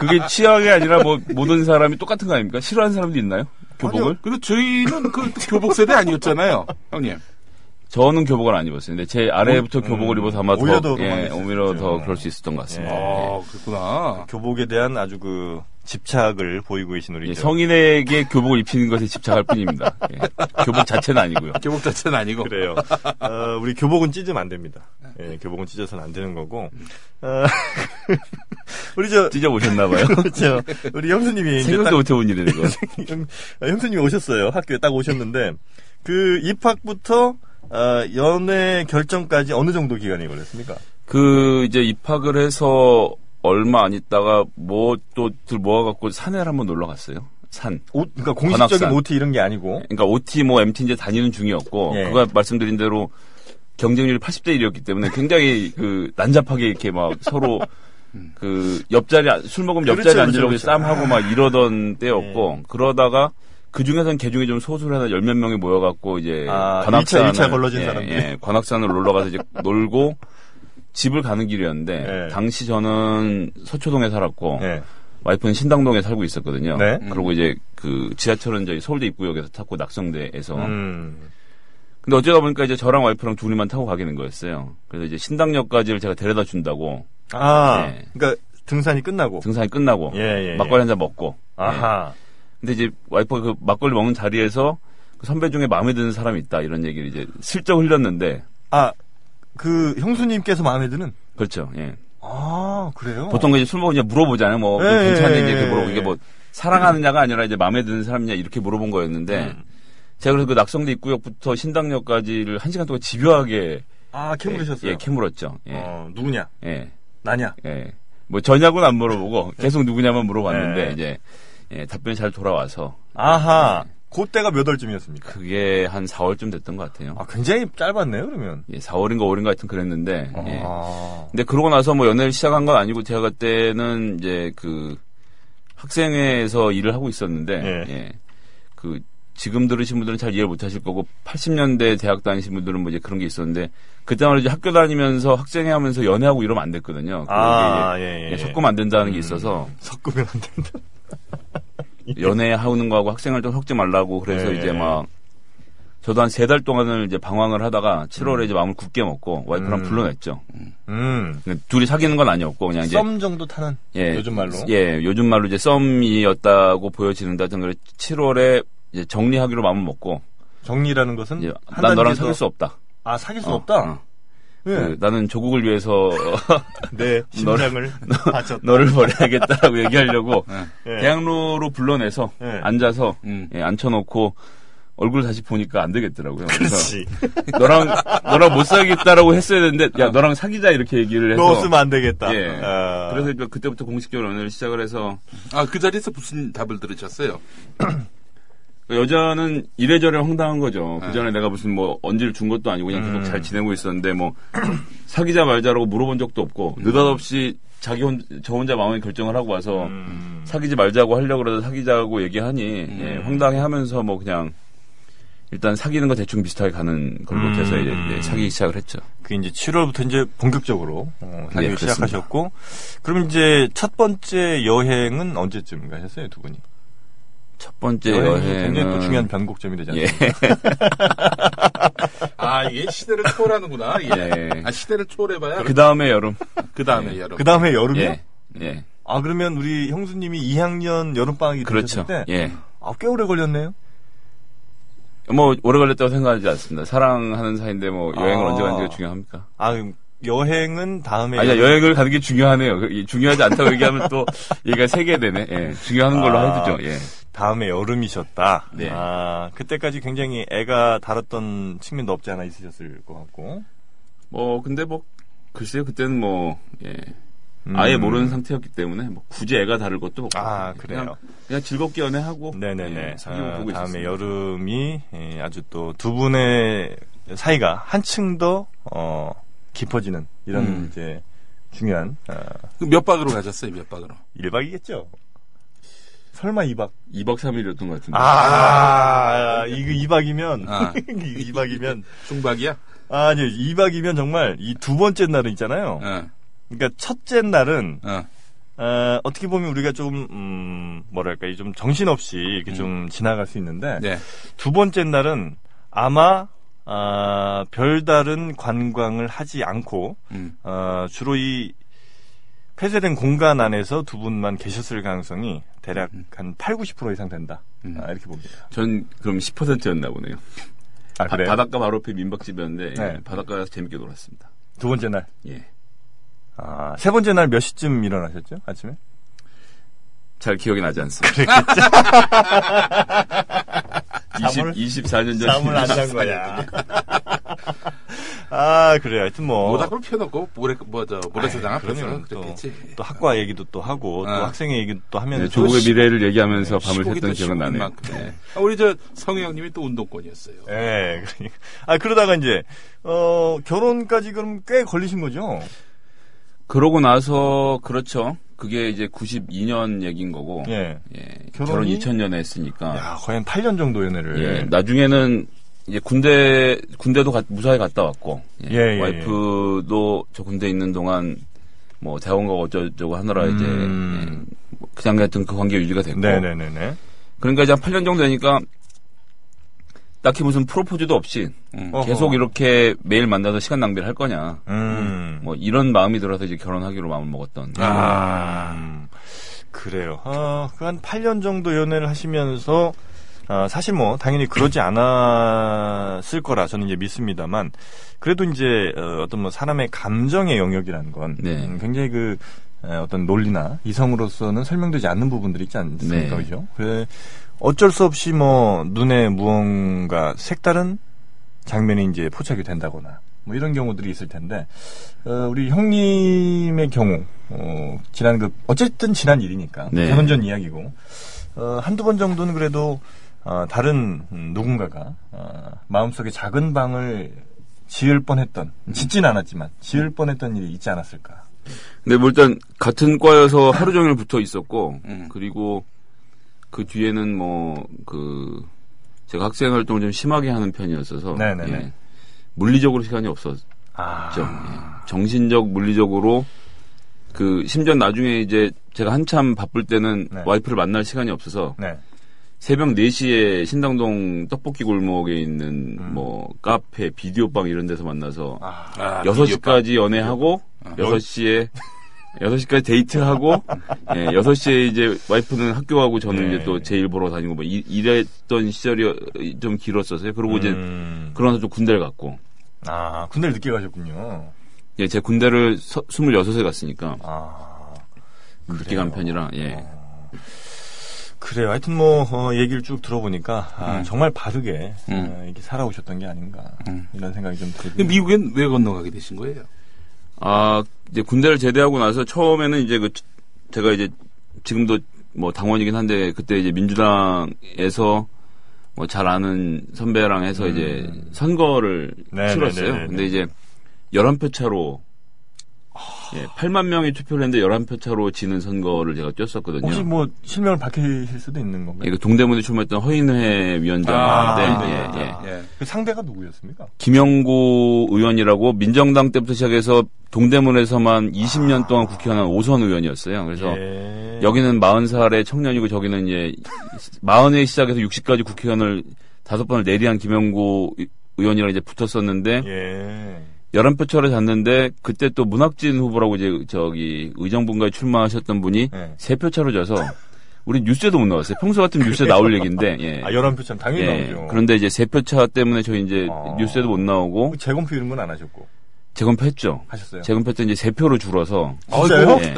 그게 취향이 아니라 뭐 모든 사람이 똑같은 거 아닙니까? 싫어하는 사람도 있나요? 교복을? 근데 저희는 그 교복 세대 아니었잖아요, 형님. 저는 교복을 안 입었어요. 근데 제 아래부터 음, 교복을 음, 입어서 아마 오히려 더, 더 예, 도망갔을 오히려 수 더 있죠. 예. 그럴 수 있었던 것 같습니다. 아, 그렇구나. 교복에 대한 아주 그 집착을 보이고 계신 우리 예, 저- 성인에게 교복을 입히는 것에 집착할 뿐입니다. 예. 교복 자체는 아니고요. 교복 자체는 아니고. 그래요. 어, 우리 교복은 찢으면 안 됩니다. 예, 교복은 찢어서는 안 되는 거고. 어, 우리 저 찢어보셨나봐요. 그렇죠. 우리 형수님이 이제 딱 생각도 못해본 일이네, 이거. 형, 아, 형수님이 오셨어요. 학교에 딱 오셨는데 그 입학부터 어, 연애 결정까지 어느 정도 기간이 걸렸습니까? 그, 이제 입학을 해서 얼마 안 있다가 뭐 또들 모아갖고 산에 한번 놀러 갔어요. 산. 옷, 그러니까 공식적인 관악산. OT 이런 게 아니고 그러니까 OT 뭐 MT 이제 다니는 중이었고 예. 그가 말씀드린 대로 경쟁률이 80대 1이었기 때문에 굉장히 그 난잡하게 이렇게 막 서로 그 옆자리 안- 술 먹으면 옆자리 그렇죠, 앉으려고 그렇죠, 예. 싸움하고 막 이러던 때였고 그러다가 그 중에선 개 중에 좀 소수로 하나 열 몇 명이 모여갖고 이제 아, 관악산을 일차, 일차 걸러진 사람들이. 관악산을 놀러 가서 이제 놀고 집을 가는 길이었는데 예. 당시 저는 서초동에 살았고 예. 와이프는 신당동에 살고 있었거든요. 네. 그리고 이제 그 지하철은 저희 서울대 입구역에서 탔고 낙성대에서. 음. 근데 어쩌다 보니까 이제 저랑 와이프랑 둘이만 타고 가게 된 거였어요. 그래서 이제 신당역까지 를 제가 데려다 준다고 아, 예. 그러니까 등산이 끝나고 등산이 끝나고 예, 예, 예. 막걸리 한 잔 먹고. 아하. 예. 근데 이제 와이프가 그 막걸리 먹는 자리에서 그 선배 중에 마음에 드는 사람이 있다 이런 얘기를 이제 슬쩍 흘렸는데 아, 그 형수님께서 마음에 드는 그렇죠. 예. 아, 그래요? 보통 이제 술 먹으면 이제 물어보잖아요. 뭐 예, 괜찮은지 예, 이렇게 예, 물어보고 예. 이게 뭐 사랑하느냐가 아니라 이제 마음에 드는 사람이냐 이렇게 물어본 거였는데 음. 제가 그래서 그 낙성대 입구역부터 신당역까지를 한 시간 동안 집요하게 아, 캐물으셨어요. 예, 예, 캐물었죠. 예, 어, 누구냐? 예, 나냐? 예. 뭐 저냐고는 안 물어보고 계속 누구냐만 물어봤는데 예. 이제 예, 답변이 잘 돌아와서 아하. 예. 그때가 몇 월쯤이었습니까? 그게 한 4월쯤 됐던 것 같아요. 아, 굉장히 짧았네요, 그러면. 예, 4월인가 5월인가 하여튼 그랬는데 예. 아. 근데 그러고 나서 뭐 연애를 시작한 건 아니고 제가 그때는 이제 그 학생회에서 일을 하고 있었는데 예. 예. 그 지금 들으신 분들은 잘 이해를 못 하실 거고 80년대 대학 다니신 분들은 뭐 이제 그런 게 있었는데 그때만 이제 학교 다니면서 학생회 하면서 연애하고 이러면 안 됐거든요. 그게 아, 이제 예, 음. 예. 예, 섞으면 안 된다는 게 있어서 섞으면 안 된다. 연애하는 거하고 학생활 좀 섞지 말라고 그래서 예. 이제 막 저도 한 세 달 동안을 이제 방황을 하다가 7월에 이제 마음을 굳게 먹고 와이프랑 음. 불러냈죠. 음. 근데 둘이 사귀는 건 아니었고 그냥 이제 썸 정도 타는 예, 요즘 말로. 예, 요즘 말로 이제 썸이었다고 보여지는데 하여튼 그래 7월에 이제 정리하기로 마음을 먹고 정리라는 것은 이제 음? 한 난 너랑 단계 더- 사귈 수 없다. 아, 사귈 수 어, 없다. 어. 예. 그, 나는 조국을 위해서 내 심장을 바쳤다. 너를 버려야겠다라고 얘기하려고 예. 대학로로 불러내서 네. 앉아서 음. 예, 앉혀놓고 얼굴 다시 보니까 안 되겠더라고요. 그래서 그렇지. 너랑 너랑 못 사귀겠다라고 했어야 되는데 야 너랑 사귀자 이렇게 얘기를 해서 너 없으면 안 되겠다. 예. 아. 그래서 이제 그때부터 공식적으로 연애를 시작을 해서 아, 그 자리에서 무슨 답을 들으셨어요? 그 여자는 이래저래 황당한 거죠. 네. 그 전에 내가 무슨 뭐 언질 준 것도 아니고 그냥 음. 계속 잘 지내고 있었는데 뭐 사귀자 말자라고 물어본 적도 음. 없고 느닷없이 자기 혼, 저 혼자 마음의 결정을 하고 와서 음. 사귀지 말자고 하려고 그러다 사귀자고 얘기하니 예, 황당해 하면서 뭐 그냥 일단 사귀는 거 대충 비슷하게 가는 음. 걸로 돼서 이제, 이제 사귀기 시작을 했죠. 그 이제 7월부터 이제 본격적으로 어, 사귀기 예, 그렇습니다. 시작하셨고, 그럼 이제 첫 번째 여행은 언제쯤 가셨어요 두 분이? 첫 번째 여행이 굉장히 또 네, 여행은 중요한 변곡점이 되지 예. 않습니까? 아, 이게 시대를 초월하는구나. 이게. 예. 아, 시대를 초월해봐야 그 다음에 여름. 그 다음에 예. 여러분. 그 다음에 여름이요? 예. 예. 아 그러면 우리 형수님이 2학년 여름 방학이 그렇죠. 되셨을 때, 예. 아꽤 오래 걸렸네요. 뭐 오래 걸렸다고 생각하지 않습니다. 사랑하는 사이인데 뭐 여행을 아. 언제 가는지가 중요합니까? 아 그럼 여행은 다음에 아니야 그러니까 여행을 가는 게 중요하네요. 그, 이 중요하지 않다고 얘기하면 또 얘가 세게 되네. 예, 중요한 걸로 아. 해두죠. 예. 다음에 여름이셨다. 네. 아 그때까지 굉장히 애가 다뤘던 측면도 없지 않아 있으셨을 것 같고. 뭐 근데 뭐 글쎄요 그때는 뭐 예. 음. 아예 모르는 상태였기 때문에 뭐 굳이 애가 다를 것도 없고 아, 그래요? 그냥, 그냥 즐겁게 연애하고 네네네. 예, 사귀고 아, 보고 다음에 있었어요. 여름이 예, 아주 또 두 분의 사이가 한층 더 어, 깊어지는 이런 음. 이제 중요한 어, 그몇 박으로 가셨어요, 몇 박으로? 1박이겠죠. 설마 2박? 2박 3일이었던 것 같은데. 아, 이거 2박이면 아. 2박이면 중박이야? 아니 2박이면 정말 이 두 번째 날은 있잖아요. 예. 어, 그러니까 첫째 날은 어. 어, 어떻게 보면 우리가 좀 음, 뭐랄까 이좀 음. 정신없이 이렇게 좀 지나갈 수 있는데 네. 두 번째 날은 아마 아, 별다른 관광을 하지 않고 음. 어, 주로 이 폐쇄된 공간 안에서 두 분만 계셨을 가능성이 대략 한 8, 90% 이상 된다. 음. 아, 이렇게 봅니다. 전 그럼 10%였나 보네요. 아, 그래요? 바, 닷가 바로 앞에 민박집이었는데 예, 네. 바닷가에서 재밌게 놀았습니다. 두 번째 날. 예. 아, 세 번째 날 몇 시쯤 일어나셨죠? 아침에? 잘 기억이 나지 않습니다. 20, 24년 네, 전 잔 거야. 아, 그래요. 하여튼 뭐. 모닥불 펴놓고 모래 뭐저 모래사장 아이, 앞에서 그러면 또, 그랬겠지. 또 학과 얘기도 또 하고, 또 어. 학생의 얘기도 또 하면서. 네, 조국의 시- 네, 미래를 얘기하면서 밤을 시국이 또 샜던 기억은 시국인 나네요. 만큼. 예. 아, 우리 저 성우 형님이 또 운동권이었어요. 예, 그러니까. 아, 그러다가 이제, 어, 결혼까지 그럼 꽤 걸리신 거죠? 그러고 나서 그렇죠. 그게 이제 92년 얘기인 거고 예. 예, 결혼 결혼이? 2000년에 했으니까 야, 거의 한 8년 정도 연애를. 예, 나중에는 이제 군대 군대도 가- 무사히 갔다 왔고 예, 예, 예, 와이프도 저 군대 있는 동안 뭐 대원과 어쩌고 하느라 이제 예, 음. 뭐 그냥 했던 그 관계 유지가 됐고 네네네네. 그러니까 이제 한 8년 정도 되니까 딱히 무슨 프로포즈도 없이 음, 어허. 계속 이렇게 매일 만나서 시간 낭비를 할 거냐 음. 뭐 이런 마음이 들어서 이제 결혼하기로 마음을 먹었던 아, 음. 그래요. 아, 그한 8년 정도 연애를 하시면서, 아, 사실 뭐, 당연히 그러지 않았을 거라 저는 이제 믿습니다만, 그래도 이제, 어, 어떤 뭐, 사람의 감정의 영역이라는 건, 네. 음, 굉장히 그, 에, 어떤 논리나 이성으로서는 설명되지 않는 부분들이 있지 않습니까? 네. 그죠? 그래, 어쩔 수 없이 뭐, 눈에 무언가 색다른 장면이 이제 포착이 된다거나, 뭐 이런 경우들이 있을 텐데, 어, 우리 형님의 경우, 어, 지난 그, 어쨌든 지난 일이니까. 네. 결혼 전 이야기고. 어, 한두 번 정도는 그래도, 어, 다른 음, 누군가가, 어, 마음속에 작은 방을 지을 뻔 했던, 짓진 않았지만, 지을 뻔 했던 일이 있지 않았을까. 근데 뭐 일단 같은 과여서 하루 종일 붙어 있었고 음. 그리고 그 뒤에는 뭐 그 제가 학생 활동을 좀 심하게 하는 편이었어서 예. 네네네. 물리적으로 시간이 없었죠. 아. 예. 정신적 물리적으로 그 심지어 나중에 이제 제가 한참 바쁠 때는 네. 와이프를 만날 시간이 없어서 네. 새벽 4시에 신당동 떡볶이 골목에 있는 뭐 카페, 비디오방 이런 데서 만나서 음. 아. 아, 여섯 비디오 시까지 연애하고, 여섯 시에 여섯 시까지 데이트하고, 예, 여섯 시에 이제 와이프는 학교 가고 저는 네. 이제 또 제 일 보러 다니고 뭐 이, 이랬던 시절이 좀 길었었어요. 그리고 뭐 이제 음. 그러면서 좀 군대를 갔고, 아, 군대를 늦게 가셨군요. 예, 제 군대를 서, 26에 갔으니까 아. 어. 늦게 간 편이라, 예. 그래요. 하여튼 뭐 어, 얘기를 쭉 들어보니까 아, 정말 바르게 음. 어, 이렇게 살아오셨던 게 아닌가 이런 생각이 좀 근데 들고. 미국엔 왜 건너가게 되신 거예요? 아, 이제 군대를 제대하고 나서 처음에는 이제 그, 제가 이제 지금도 뭐 당원이긴 한데 그때 이제 민주당에서 뭐 잘 아는 선배랑 해서 이제 선거를 음. 네, 네, 치렀어요. 네, 네, 근데 네. 이제 11표 차로 예, 8만 명이 투표를 했는데 11표 차로 지는 선거를 제가 뛰었었거든요. 혹시 뭐 실명을 밝히실 수도 있는 예, 건가요? 그 동대문에 출마했던 허인회 위원장인데 아, 예, 예. 예. 그 상대가 누구였습니까? 김영구 의원이라고 민정당 때부터 시작해서 동대문에서만 20년 동안 국회의원 한 5선 의원이었어요. 그래서 예. 여기는 40살의 청년이고 저기는 이제 40에 시작해서 60까지 국회의원을 다섯 번을 내리한 김영구 의- 의원이랑 이제 붙었었는데 예. 11표 차를 잤는데 그때 또 문학진 후보라고 이제 저기 의정분과에 출마하셨던 분이 네. 세 표 차로 져서 우리 뉴스에도 못 나왔어요. 평소 같으면 뉴스에 나올 얘기인데 예. 아 열한 표참 당연히 예. 나오죠. 그런데 이제 세 표 차 때문에 저희 이제 아. 뉴스에도 못 나오고 그 재검표 이런 건 안 하셨고 재검표했죠. 하셨어요. 아, 재검표 때 이제 세 표로 줄어서. 진짜요? 예.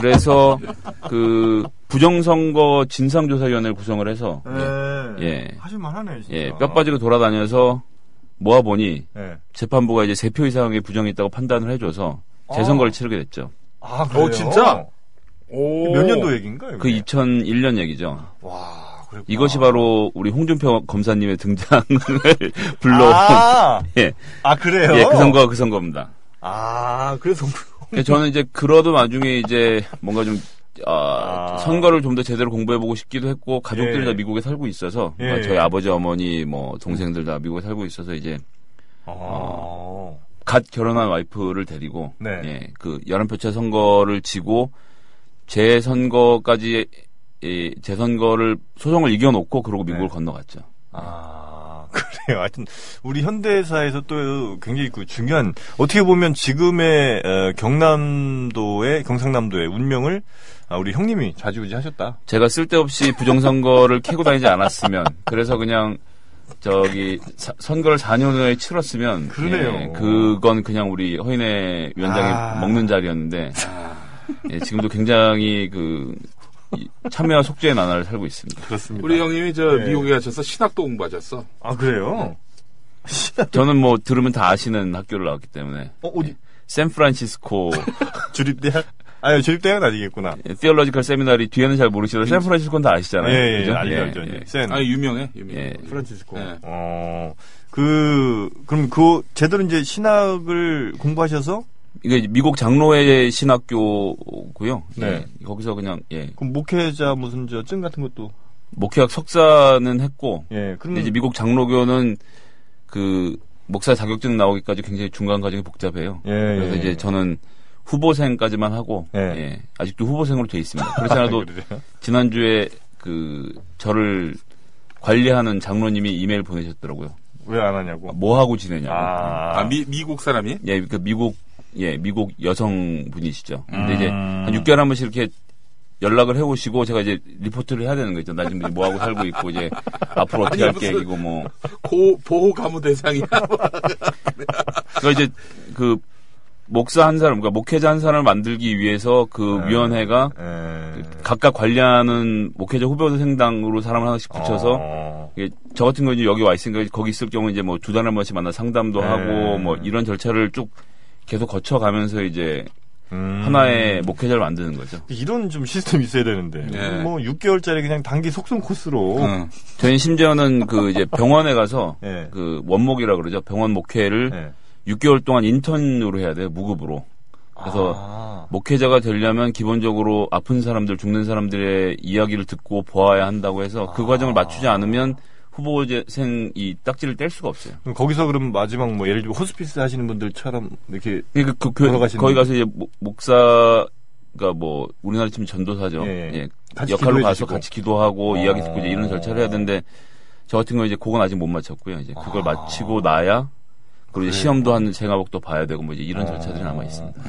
그래서 그 부정선거 진상조사위원회를 구성을 해서 예. 예. 하실만하네 진짜. 예, 뼈 빠지고 돌아다녀서 모아보니 예. 재판부가 이제 세 표 이상의 부정이 있다고 판단을 해줘서 재선거를 치르게 됐죠. 아 그래요? 어, 진짜? 오. 몇 년도 얘기인가요? 그 2001년 얘기죠. 와 그랬구나. 아. 이것이 바로 우리 홍준표 검사님의 등장을 불러온 아, 예, 아 그래요? 예, 그 선거가 그 선거입니다. 아 그래서 근데 네, 저는 이제 그러던 와중에 이제 뭔가 좀 아, 아. 선거를 좀 더 제대로 공부해보고 싶기도 했고 가족들 예. 다 미국에 살고 있어서 예. 그러니까 저희 아버지 어머니 뭐 동생들 다 미국에 살고 있어서 이제 아. 갓 결혼한 와이프를 데리고 네. 예, 그 열한표차 선거를 지고 재선거까지 예, 재선거를 소송을 이겨놓고 그러고 미국을 네. 건너갔죠. 아, 그래요. 모르겠네요. 하여튼 우리 현대사에서 또 굉장히 그 중요한 어떻게 보면 지금의 어, 경남도의 경상남도의 운명을 아, 우리 형님이 좌지우지하셨다. 제가 쓸데없이 부정선거를 캐고 다니지 않았으면 그래서 그냥 저기 사- 선거를 4년 후에 치렀으면 그러네요. 예, 그건 그냥 우리 허인혜 위원장이 아. 먹는 자리였는데 예, 지금도 굉장히 그 이- 참여와 속죄의 나날을 살고 있습니다. 그렇습니다. 우리 형님이 저 예. 미국에 가셔서 신학도 공부하셨어. 아 그래요? 저는 뭐 들으면 다 아시는 학교를 나왔기 때문에 어 어디 샌프란시스코 주립대학? 아유 주립대학은 아니겠구나. 티얼러지컬 세미나리 뒤에는 잘 모르시더라도 샌프란시스코는 다 아시잖아요. 음. 예예 그죠? 네, 알죠 예, 알죠. 예. 센 아 유명해 유명해. 예. 프란치스코. 네. 어. 그 그럼 그 제대로 이제 신학을 공부하셔서 이게 미국 장로회 신학교고요. 네. 예, 거기서 그냥 예, 그럼 목회자 무슨 저증 같은 것도 목회학 석사는 했고 예 그럼 근데 이제 미국 장로교는 그 목사 자격증 나오기까지 굉장히 중간 과정이 복잡해요. 예, 그래서 예, 이제 예. 저는 후보생까지만 하고 예. 예, 아직도 후보생으로 돼 있습니다. 그렇지 않아도 그래요? 지난주에 그 저를 관리하는 장로님이 이메일 보내셨더라고요. 왜 안 하냐고. 뭐 하고 지내냐고. 아, 미, 미국 사람이? 예, 그 미국 예 미국 여성분이시죠. 근데 음. 이제 한 6개월 한 번씩 이렇게 연락을 해오시고 제가 이제 리포트를 해야 되는 거죠. 나 지금 뭐 하고 살고 있고 이제 앞으로 어떻게 아니, 할 계획이고 뭐. 고 보호 가무 대상이야. 그러니까 이제 그 목사 한 사람, 그러니까 목회자 한 사람을 만들기 위해서 그 음. 위원회가 예. 각각 관리하는 목회자 후보생당으로 사람을 하나씩 붙여서 어. 이게 저 같은 경우 이제 여기 와 있으니까 거기 있을 경우 이제 뭐 두 달에 한 번씩 만나 상담도 네. 하고 뭐 이런 절차를 쭉 계속 거쳐가면서 이제 음. 하나의 목회자를 만드는 거죠. 이런 좀 시스템이 있어야 되는데 네. 뭐 6개월짜리 그냥 단기 속성 코스로 어. 응. 저희는 심지어는 그 이제 병원에 가서 예. 그 원목이라 그러죠. 병원 목회를 예. 6개월 동안 인턴으로 해야 돼요. 무급으로. 그래서 아. 목회자가 되려면 기본적으로 아픈 사람들, 죽는 사람들의 이야기를 듣고 보아야 한다고 해서 그 과정을 맞추지 않으면 후보생 이 딱지를 뗄 수가 없어요. 그럼 거기서 그럼 마지막 뭐 예를 들면 호스피스 하시는 분들처럼 이렇게 그러니까 그 교회 돌아가시는 거기 가서 이제 목- 목사가 뭐 우리나라 치면 전도사죠. 예, 예. 예. 같이 역할로 기도해 가서 주시고. 같이 기도하고 이야기 듣고 어. 이제 이런 절차를 해야 되는데 저 같은 경우 이제 그건 아직 못 마쳤고요. 이제 그걸 마치고 나야 그리고 이제 시험도 하는 생화복도 봐야 되고 뭐 이제 이런 절차들이 남아 있습니다.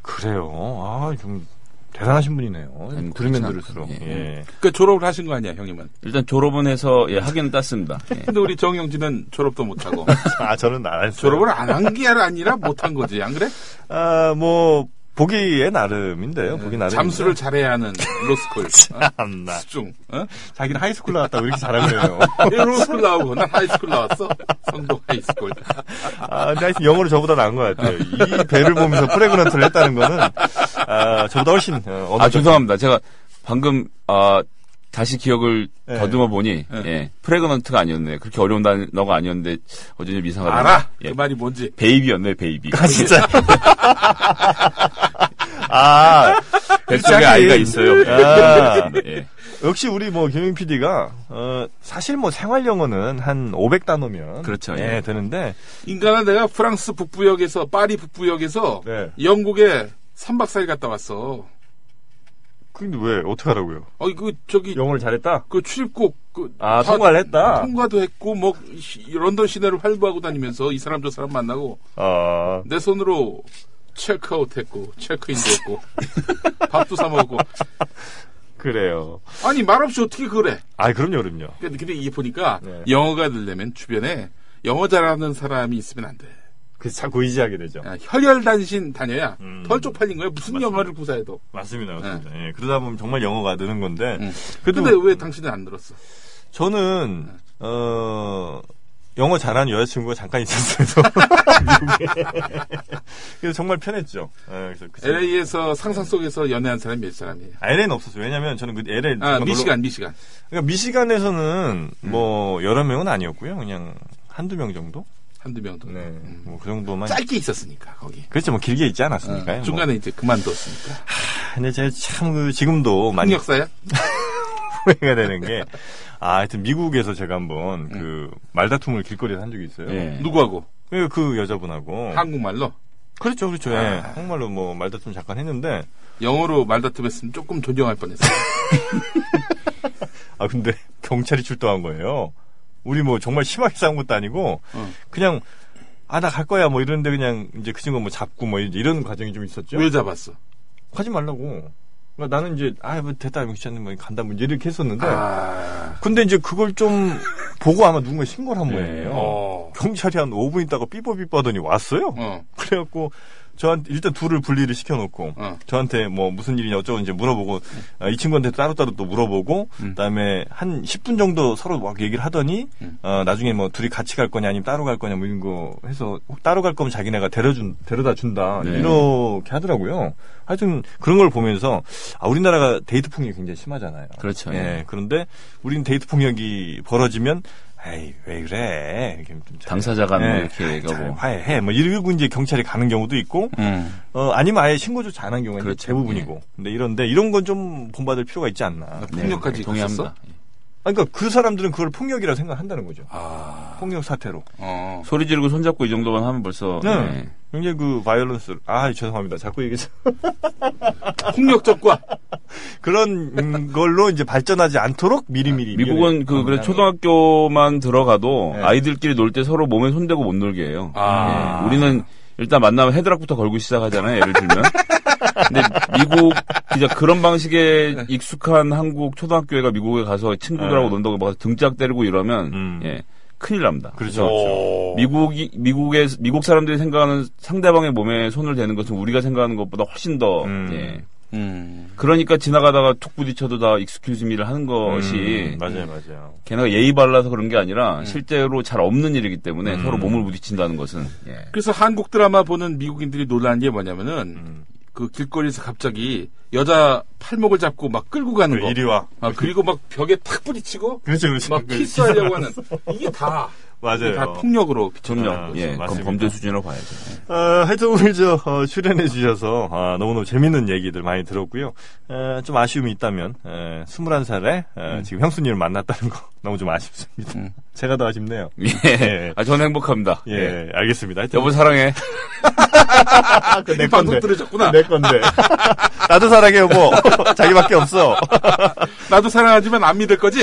그래요. 아, 좀 대단하신 분이네요. 들으면 아니, 그렇진 들을수록. 않거든요. 예. 그 졸업을 하신 거 아니야 형님은? 일단 졸업은 해서 예, 학위는 땄습니다. 예. 근데 우리 정영진은 졸업도 못하고 아, 저는 안 했어요. 졸업을 안 한 게 아니라 못한 거지 안 그래? 아, 뭐 보기에 나름인데요. 보기 나름. 잠수를 잘해야 하는 로스쿨 어? 참나. 수중 어? 자기는 하이스쿨 나왔다고 이렇게 잘하네요. 이 로스쿨 나오고 난 하이스쿨 나왔어 성동 하이스쿨 아, 근데 하여튼 영어로 저보다 나은 것 같아요. 이 배를 보면서 프레그넌트를 했다는 거는 아, 저보다 훨씬 어, 언어적- 아 죄송합니다. 제가 방금 아 다시 기억을 예. 더듬어 보니 예, 프레그넌트가 아니었네. 그렇게 어려운 단어가 아니었는데 어제 좀 이상하다. 알아 예. 그 말이 뭔지 베이비였네 베이비. 아, 진짜. 아, 뱃속에 아이가 있어요. 아. 예. 역시 우리 뭐 김영 PD가 어 사실 뭐 생활 영어는 한 500단어면 그렇죠, 예, 예. 되는데 인간은 내가 프랑스 북부역에서 파리 북부역에서 네. 영국에 3박 4일 갔다 왔어 근데 왜 어떻게 하라고요? 어이 그 저기 영어를 잘했다. 그 출입국 그 아, 다 통과를 했다. 통과도 했고 뭐 시- 런던 시내를 활보하고 다니면서 이 사람 저 사람 만나고 아, 내 손으로 체크아웃 했고 체크인도 했고 밥도 사 먹고 그래요. 아니 말없이 어떻게 그래? 아, 그럼요, 그럼요. 근데, 근데 이게 보니까 네. 영어가 되려면 주변에 영어 잘하는 사람이 있으면 안 돼. 그 자꾸 의지하게 되죠. 아, 혈혈단신 다녀야 음. 덜 쪽팔린 거야. 무슨 영어를 구사해도. 맞습니다, 맞습니다. 예, 그러다 보면 정말 영어가 느는 건데. 음. 그래도 근데 왜 당신은 안 들었어? 저는 어 영어 잘하는 여자친구가 잠깐 있었어요. 미국에. 그래서 정말 편했죠. 예, 그래서 그 친구- LA에서 상상 속에서 연애한 사람이 몇 사람이에요? LA는 없었어요. 왜냐면 저는 그 LA 아, 미시간, 음. 미시간. 그러니까 미시간에서는 뭐 여러 명은 아니었고요. 그냥 한두 명 정도? 한두 명 정도. 음. 뭐 그 정도만 짧게 있었으니까, 거기. 아, 그렇죠. 뭐 길게 있지 않았으니까요. 뭐. 중간에 이제 그만뒀으니까. 근데 제가 참그 지금도 많이 학력사야? 후회가 되는 게 아, 하여튼 미국에서 제가 음. 한번 그 말다툼을 길거리에서 한 적이 있어요. 예. 누구하고? 그- 그 여자분하고 한국말로? 그렇죠, 그렇죠. 예. 아. 정말로 뭐 말다툼 잠깐 했는데 영어로 말다툼했으면 조금 존경할 뻔했어. 아 근데 경찰이 출동한 거예요. 우리 뭐 정말 심하게 싸운 것도 아니고 어. 그냥 아 나 갈 거야 뭐 이런데 그냥 이제 그 친구 뭐 잡고 뭐 이제 이런 과정이 좀 있었죠. 왜 잡았어? 가지 말라고. 그러니까 나는 이제 아뭐 됐다 이거 귀찮은 뭐 간다 뭐 이렇게 했었는데 아, 근데 이제 그걸 좀 보고 아마 누군가 신고를 한 네. 모양이에요. 어, 경찰이 한 5분 있다가 삐뽀삐뽀 하더니 왔어요. 어, 그래갖고 저한테 일단 둘을 분리를 시켜놓고 어. 저한테 뭐 무슨 일이냐 어쩌고 이제 물어보고 아, 이 친구한테 따로따로 또 물어보고 그다음에 한 10분 정도 서로 막 얘기를 하더니 음. 어, 나중에 뭐 둘이 같이 갈 거냐 아니면 따로 갈 거냐 뭐 이런 거 해서 혹 따로 갈 거면 자기네가 데려준 데려다 준다 네. 이렇게 하더라고요. 하여튼 그런 걸 보면서 아 우리나라가 데이트 폭력이 굉장히 심하잖아요. 그렇죠. 예, 그런데 우린 데이트 폭력이 벌어지면 에이 왜 그래 이렇게 좀 잘- 당사자가 뭐 예, 이렇게 잘 얘기하고. 화해해 뭐 이러고 이제 경찰이 가는 경우도 있고 음. 어, 아니면 아예 신고조차 안 한 경우가 그렇죠. 대부분이고 근데 이런데 이런 건 좀 본받을 필요가 있지 않나 네. 폭력까지 동의합니다. 예. 갔었어? 아, 그러니까 그 사람들은 그걸 폭력이라 생각한다는 거죠 아, 폭력 사태로 어. 소리 지르고 손잡고 이 정도만 하면 벌써 네. 네. 굉장히 그 바이올런스 아 죄송합니다 자꾸 얘기해서 폭력적과 그런 음, 걸로 이제 발전하지 않도록 미리미리 미국은 그 그래 초등학교만 들어가도 네. 아이들끼리 놀 때 서로 몸에 손대고 못 놀게 해요. 아. 예. 우리는 일단 만나면 헤드락부터 걸고 시작하잖아요. 예를 들면. 근데 미국 진짜 그런 방식에 익숙한 한국 초등학교 애가 미국에 가서 친구들하고 네. 논다고 막 등짝 때리고 이러면 음. 예 큰일 납니다. 그렇죠, 그렇죠. 어. 미국이 미국의 미국 사람들이 생각하는 상대방의 몸에 손을 대는 것은 우리가 생각하는 것보다 훨씬 더 음. 예. 음. 그러니까 지나가다가 툭 부딪혀도 다 익스큐즈미를 하는 것이 음, 맞아요 맞아요 걔네가 예의 발라서 그런 게 아니라 실제로 잘 없는 일이기 때문에 음. 서로 몸을 부딪힌다는 것은 예. 그래서 한국 드라마 보는 미국인들이 놀라는 게 뭐냐면은 음. 그 길거리에서 갑자기 여자 팔목을 잡고 막 끌고 가는 음. 그래, 거. 이리 와 아 그리고 막 벽에 탁 부딪히고 그렇죠 그렇죠 막 키스하려고 하는 이게 다, 이게 다 맞아요 폭력으로 전혀 아, 예, 그건 맞습니다. 범죄 수준으로 봐야죠. 어, 하여튼 오늘 저 어, 출연해 주셔서 아, 너무너무 재밌는 얘기들 많이 들었고요. 에, 좀 아쉬움이 있다면 에, 21살에 지금 형수님을 만났다는 거 너무 좀 아쉽습니다. 음. 제가 더 아쉽네요. 예. 예. 아, 저는 행복합니다. 예, 예. 알겠습니다. 하여튼 아, 그 여보 사랑해. 이 방송 들으셨구나. 내 건데. 나도 사랑해 여보. 자기밖에 없어. 나도 사랑하지만 안 믿을 거지?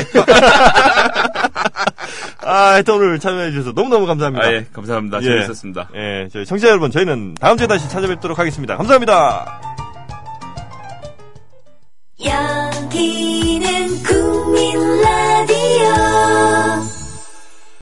아, 하여튼 오늘 참여해 주셔서 너무너무 감사합니다. 아, 예, 감사합니다. 예. 재밌었습니다. 예, 저희 청취자 여러분 저희는 다음 주에 다시 찾아뵙도록 하겠습니다. 감사합니다. 여기